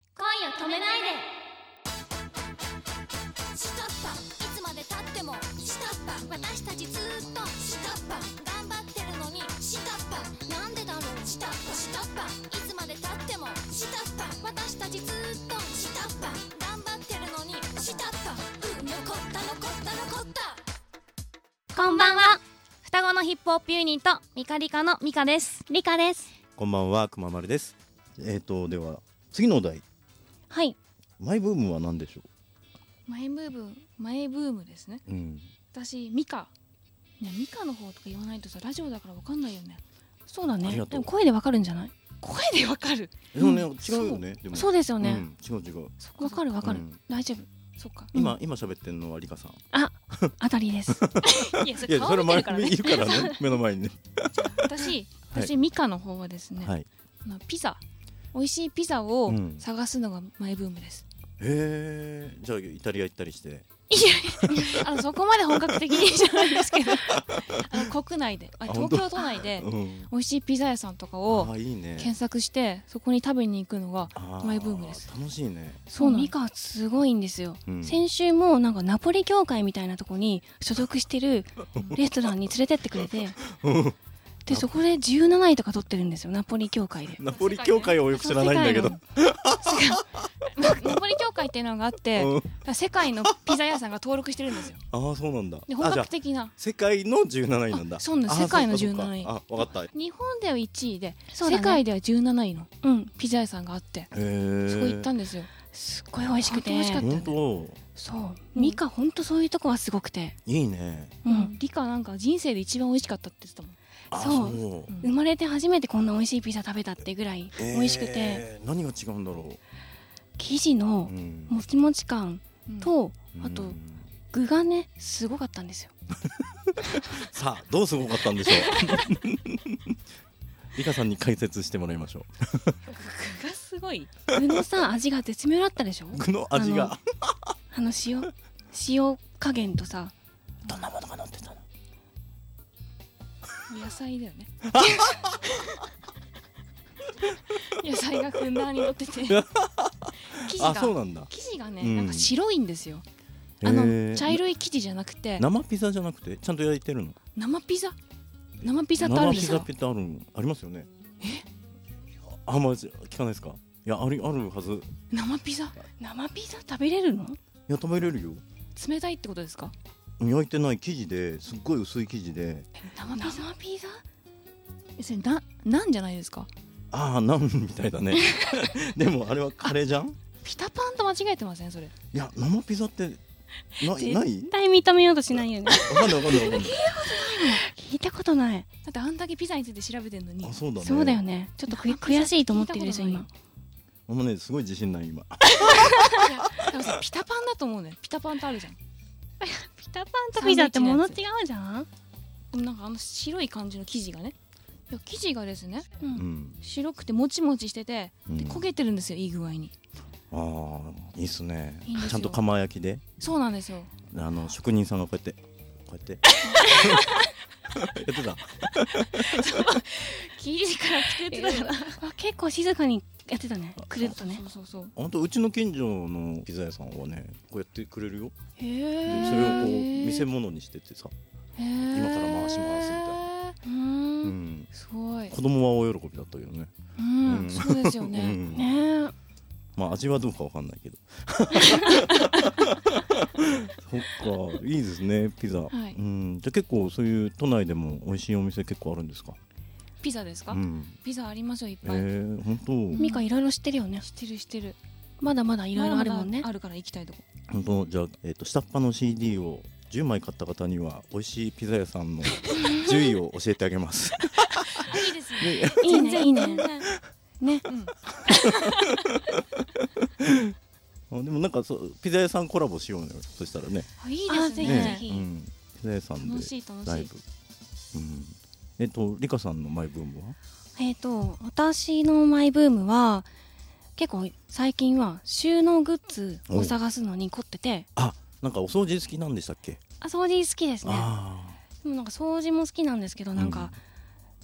止めないで下っ端いつまでたっても下っ端私たちずーっと下っ端頑張ってるのに下っ端なんでだろう下っ端下っ端いつまでたっても下っ端私たちずーっと下っ端頑張ってるのに下っ端うん残った残った残ったこんばんは双子のヒップホップユニットミカリカのミカですリカですこんばんは、くままるです。えっ、と、では、次のお題、はいマイブームは何でしょマイブームマイブームですねう。うん。私ミカねミカの方とか言わないとさラジオだからわかんないよねそうだありねがとうでも声でわかるんじゃない声でわかるでもね、うん違うよね。でも。そうですよね、うん違う違う。わかるわかる、うん大丈夫そっか今、うん今喋ってんのはリカさん。当たりです いやそいれ顔見てるから前ねにいるから ね、目の前にね。私私、ミカの方はですね、はい。あのピザ美味しいピザをうん探すのがマイブームです、へえ。じゃあイタリア行ったりして。あのそこまで本格的にじゃないです けどあの国内でああ東京都内でうん。美味しいピザ屋さんとかをあ、いいね。検索してそこに食べに行くのがあマイブームです。楽しいね。そうなのミカすごいんですよ、うん先週もなんかナポリ協会みたいなとこに所属してるレストランに連れてってくれてでそこで17位とか取ってるんですよナポリ協会でナポリ教会をよく知らないんだけど。そう世界のナポリ協会っていうのがあって、うん世界のピザ屋さんが登録してるんですよああ、そうなんだ。であ本じゃあ格的な世界の17位なんだ。あそうなのあー世界のそうかそうか17位あ、わかった。へ日本では1位で、そうだ世ね界では17位のうんピザ屋さんがあってえ。そこ行ったんですよすっごい美味しくて本当美味しかった本当。そう、ミカほんとそういうとこがすごくて、いいね。ううんん、理科なんか人生で一番美味しかったって言ってたもんあそそうううん生まれて初めてこんな美味しいピザ食べたってぐらい美味しくて、えー何が違うんだろ生地う、のうんもちもち感うんと、あうとん具がねすごかったんですよさあどうすごかったんでしょうリカさんに解説してもらいましょ具がすごい具の さ味が絶妙だったでしょう具の味があの塩塩加減とさどんなものが乗ってたの野菜だよ ね 野菜がふんだんに乗って て生地あそうがなんだ生地がね、うんなんか白いんですよあへのー茶色い生地じゃなくて生ピザじゃなくてちゃんと焼いてるの生ピザ生ピピザってあるんで生ピすザかってあるのありますよねえあんまり聞かないですかいやありあるはずい生ピザ生ピザ食べれるのや食べれるよ冷たいってことですか焼いてない生地ですっごい薄い生地で生ピザ生ピザ別にななんじゃないですかああナンみたいだね でもあれはカレーじゃんピタパンと間違えてませんそれいや生ピザってないない絶対認めようとしない よねわかんないわかんないわかん ない聞いたことないだってあんだけピザについて調べてんのにあそうだねそうだよねちょっとく生ピザ悔しいと思ってるでしょ聞いた今こあんまねすごい自信ない今いや多分さピタパンだと思うねピタパンってあるじゃんピタパンとピザって物違うじゃんでもなんかあの白い感じの生地がねいや生地がですねうん、白くてもちもちしててうんで焦げてるんですよいい具合にああいいっすねいいんですよちゃんと釜焼きでそうなんですよあの職人さんがこうやってこうやって やってた生地から作ってたからあ結構静かにやってたねくるっとねそうそうそう本当うちの近所のピザ屋さんはねこうやってくれるよへでえそれをこう見せ物にしててさ、今から回しますみたいなううんん、すごい子供は大喜びだったけどね、うんうんそうですよ うねんねまあ味はどうかわかんない けどそっかいいですねピザ、はいうんじゃあ結構そういう都内でも美味しいお店結構あるんですかピザですかうんピザありますよいっえぱいー、本当、えミカいろいろ知ってるよね知ってる知ってるまだまだいろいろあるもんまだまねだあるから行きたいとこ本当じゃあ、えっと下っ端の CD を10枚買った方には美味しいピザ屋 さんの順位を教えてあげます。いいですねねいいねいいねねあでもなんかそうピザ屋さんコラボしようよそしたらねあいいであすぜひねぜひうん、ピザ屋さんで楽しい楽しいライブ。うん、えっ、とリカさんのマイブームはえー、と私のマイブームは結構最近は収納グッズを探すのに凝っててあなんかお掃除好きなんでしたっけ、あ掃除好きですねあでもなんか掃除も好きなんですけどあなんか、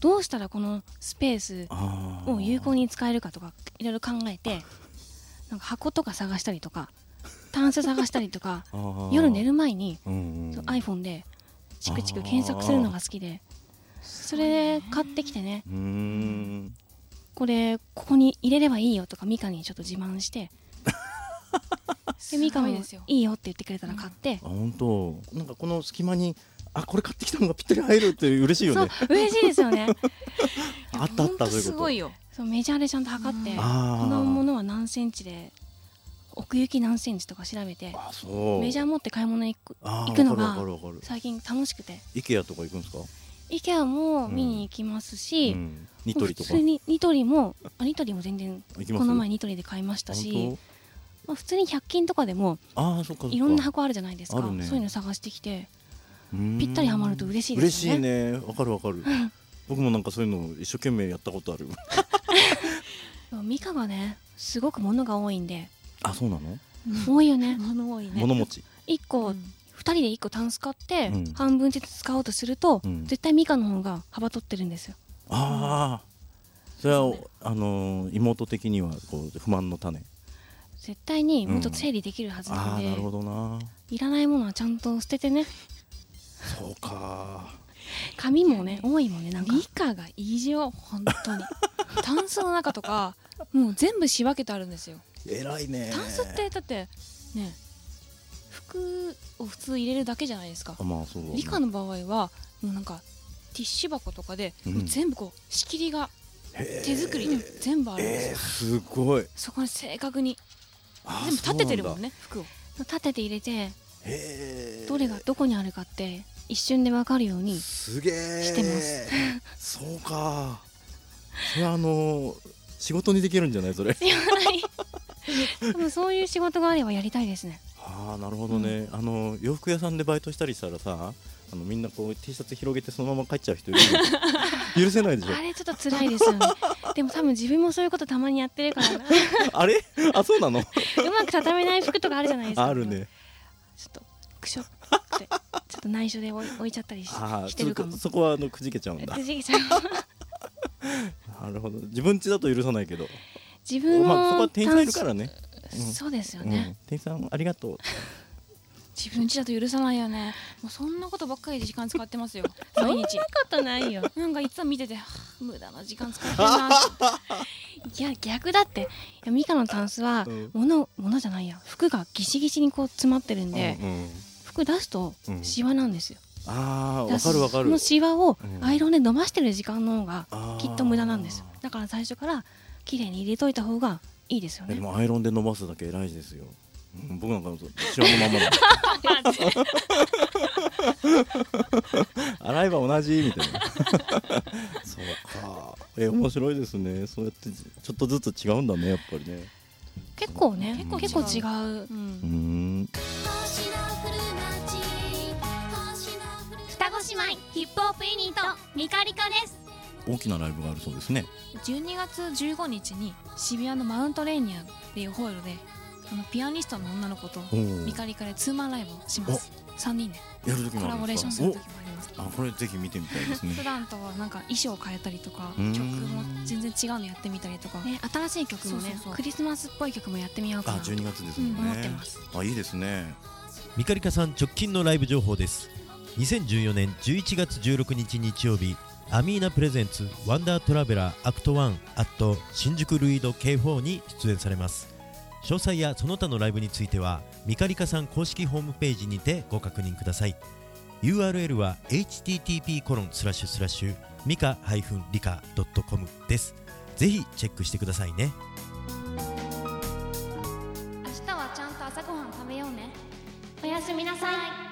どうしたらこのスペースうんあーを有効に使えるかとかいろいろ考えてなんか箱とか探したりとかタンス探したりとか あー夜寝る前にうんうんそう iPhone でチクチク検索するのが好きでそれ買ってきてねうーんこれここに入れればいいよとかミカにちょっと自慢 してでミカもいいですよいよって言ってくれたら買ってあ、本当なんかこの隙間にあこれ買ってきたのがぴったり入るって嬉しいよそうね嬉しいです よねあったあったそういうことすごいよそうメジャーでちゃんと測ってうんこあーのものは何センチで奥行き何センチとか調べてあそうメジャー持って買い物行くあー行くのがわかるわかるわかる最近楽しくて IKEA とか行くんですか、 IKEA も見に行きますうし、ん、ニトリと普か通にニトリもあニトリも全然行きますこの前ニトリで買いましたし本、まあ、普通に100均とかでも当あーそっかそっかいろんな箱あるじゃないですかあ、るねそういうの探してきてうーんぴったりハマると嬉しいで嬉すしいよね。ねわかるわかる僕もなんかそういうの一生懸命やったことあるでもミカがねすごく物が多いんであそうなの、多いよね物多いね物持ち1個、う2ん人で1個タンス買って、うん半分ずつ使おうとすると、うん絶対ミカの方が幅取ってるんですよああそれは、あのー妹的にはこう不満の種絶対にもっと整理できるはずなあんあで、なるほどないらないものはちゃんと捨ててねそうか紙もね多いもんねなんかミカが異常本当 にタンスの中とかもう全部仕分けてあるんですよ偉いねタンスってだってね服を普通入れるだけじゃないですかあまあそうだね理科の場合はもうなんかティッシュ箱とかで、うんもう全部こう仕切りがへー手作りで全部あるんですえよ、ー、すごいそこに正確にあー全部立ててるもんそうなんだね服を立てて入れてへーどれがどこにあるかって一瞬で分かるようにすげえしてま すそうかそれはあのー仕事にできるんじゃないそれ 多分そういう仕事があればやりたいですねああなるほどね、あの洋服屋さんでバイトしたりしたらさあのみんなこう T シャツ広げてそのまま帰っちゃう人いる よ許せないでしょあれちょっと辛いですよねでも多分自分もそういうことたまにやってるから なうあれあそうな のまく畳めない服とかあるじゃないですかあるねちょっとくしょってちょっと内緒で置い置いちゃったりしああしてるかもそそこはあのくじけちゃうんだくじけちゃうなるほど自分家だと許さないけど自分のまあ、そこは店員さんいるか短らね、所うんそうですようん、ね店、員さんありがとう自分家だと許さないよねもうそんなことばっかりで時間使って ますよ毎日ことないよなんかいつも見ててはあ無駄な時間使ってる なっていや逆だっていやミカのタンスはうん物物じゃないや服がギシギシにこう詰まってるんで、うんうん服出すとうんシワなんですよ、ああだわかるわかそのるシワをうんアイロンで伸ばしてる時間の方があーきっと無駄なんですよだから最初から綺麗に入れといた方がいいですよえでねもアイロンで伸ばすだけ偉いですよ、うん、僕なんか知らぬまま だ洗えば同じみた いなそうかえ面白いですねそうやってちょっとずつ違うんだねやっぱりね結構ねうん結構違ううんうーん星の降る街星の降る街双子姉妹ヒップホップユニットミカリカです大きなライブがあるそうですね12月15日に渋谷のマウントレーニアっていうホールであのピアニストの女の子とおーミカリカでツーマンライブをします3人でやる時コもあラるボんレでーすションかする時もありますおあこれぜひ見てみたいですね普段とはなんか衣装を変えたりとかうーん曲も全然違うのやってみたりとかね、新しい曲もねそうそうそうクリスマスっぽい曲もやってみようかあな12月ですもんね、うん思ってますあいいですねミカリカさん直近のライブ情報です2014年11月16日日曜日アミーナプレゼンツワンダートラベラーアクト1アット新宿ルイード K4 に出演されます詳細やその他のライブについてはミカリカさん公式ホームページにてご確認ください URL は http コロンスラッシュスラッシュミカリカ .com ですぜひチェックしてくださいね明日はちゃんと朝ごはん食べようねおやすみなさい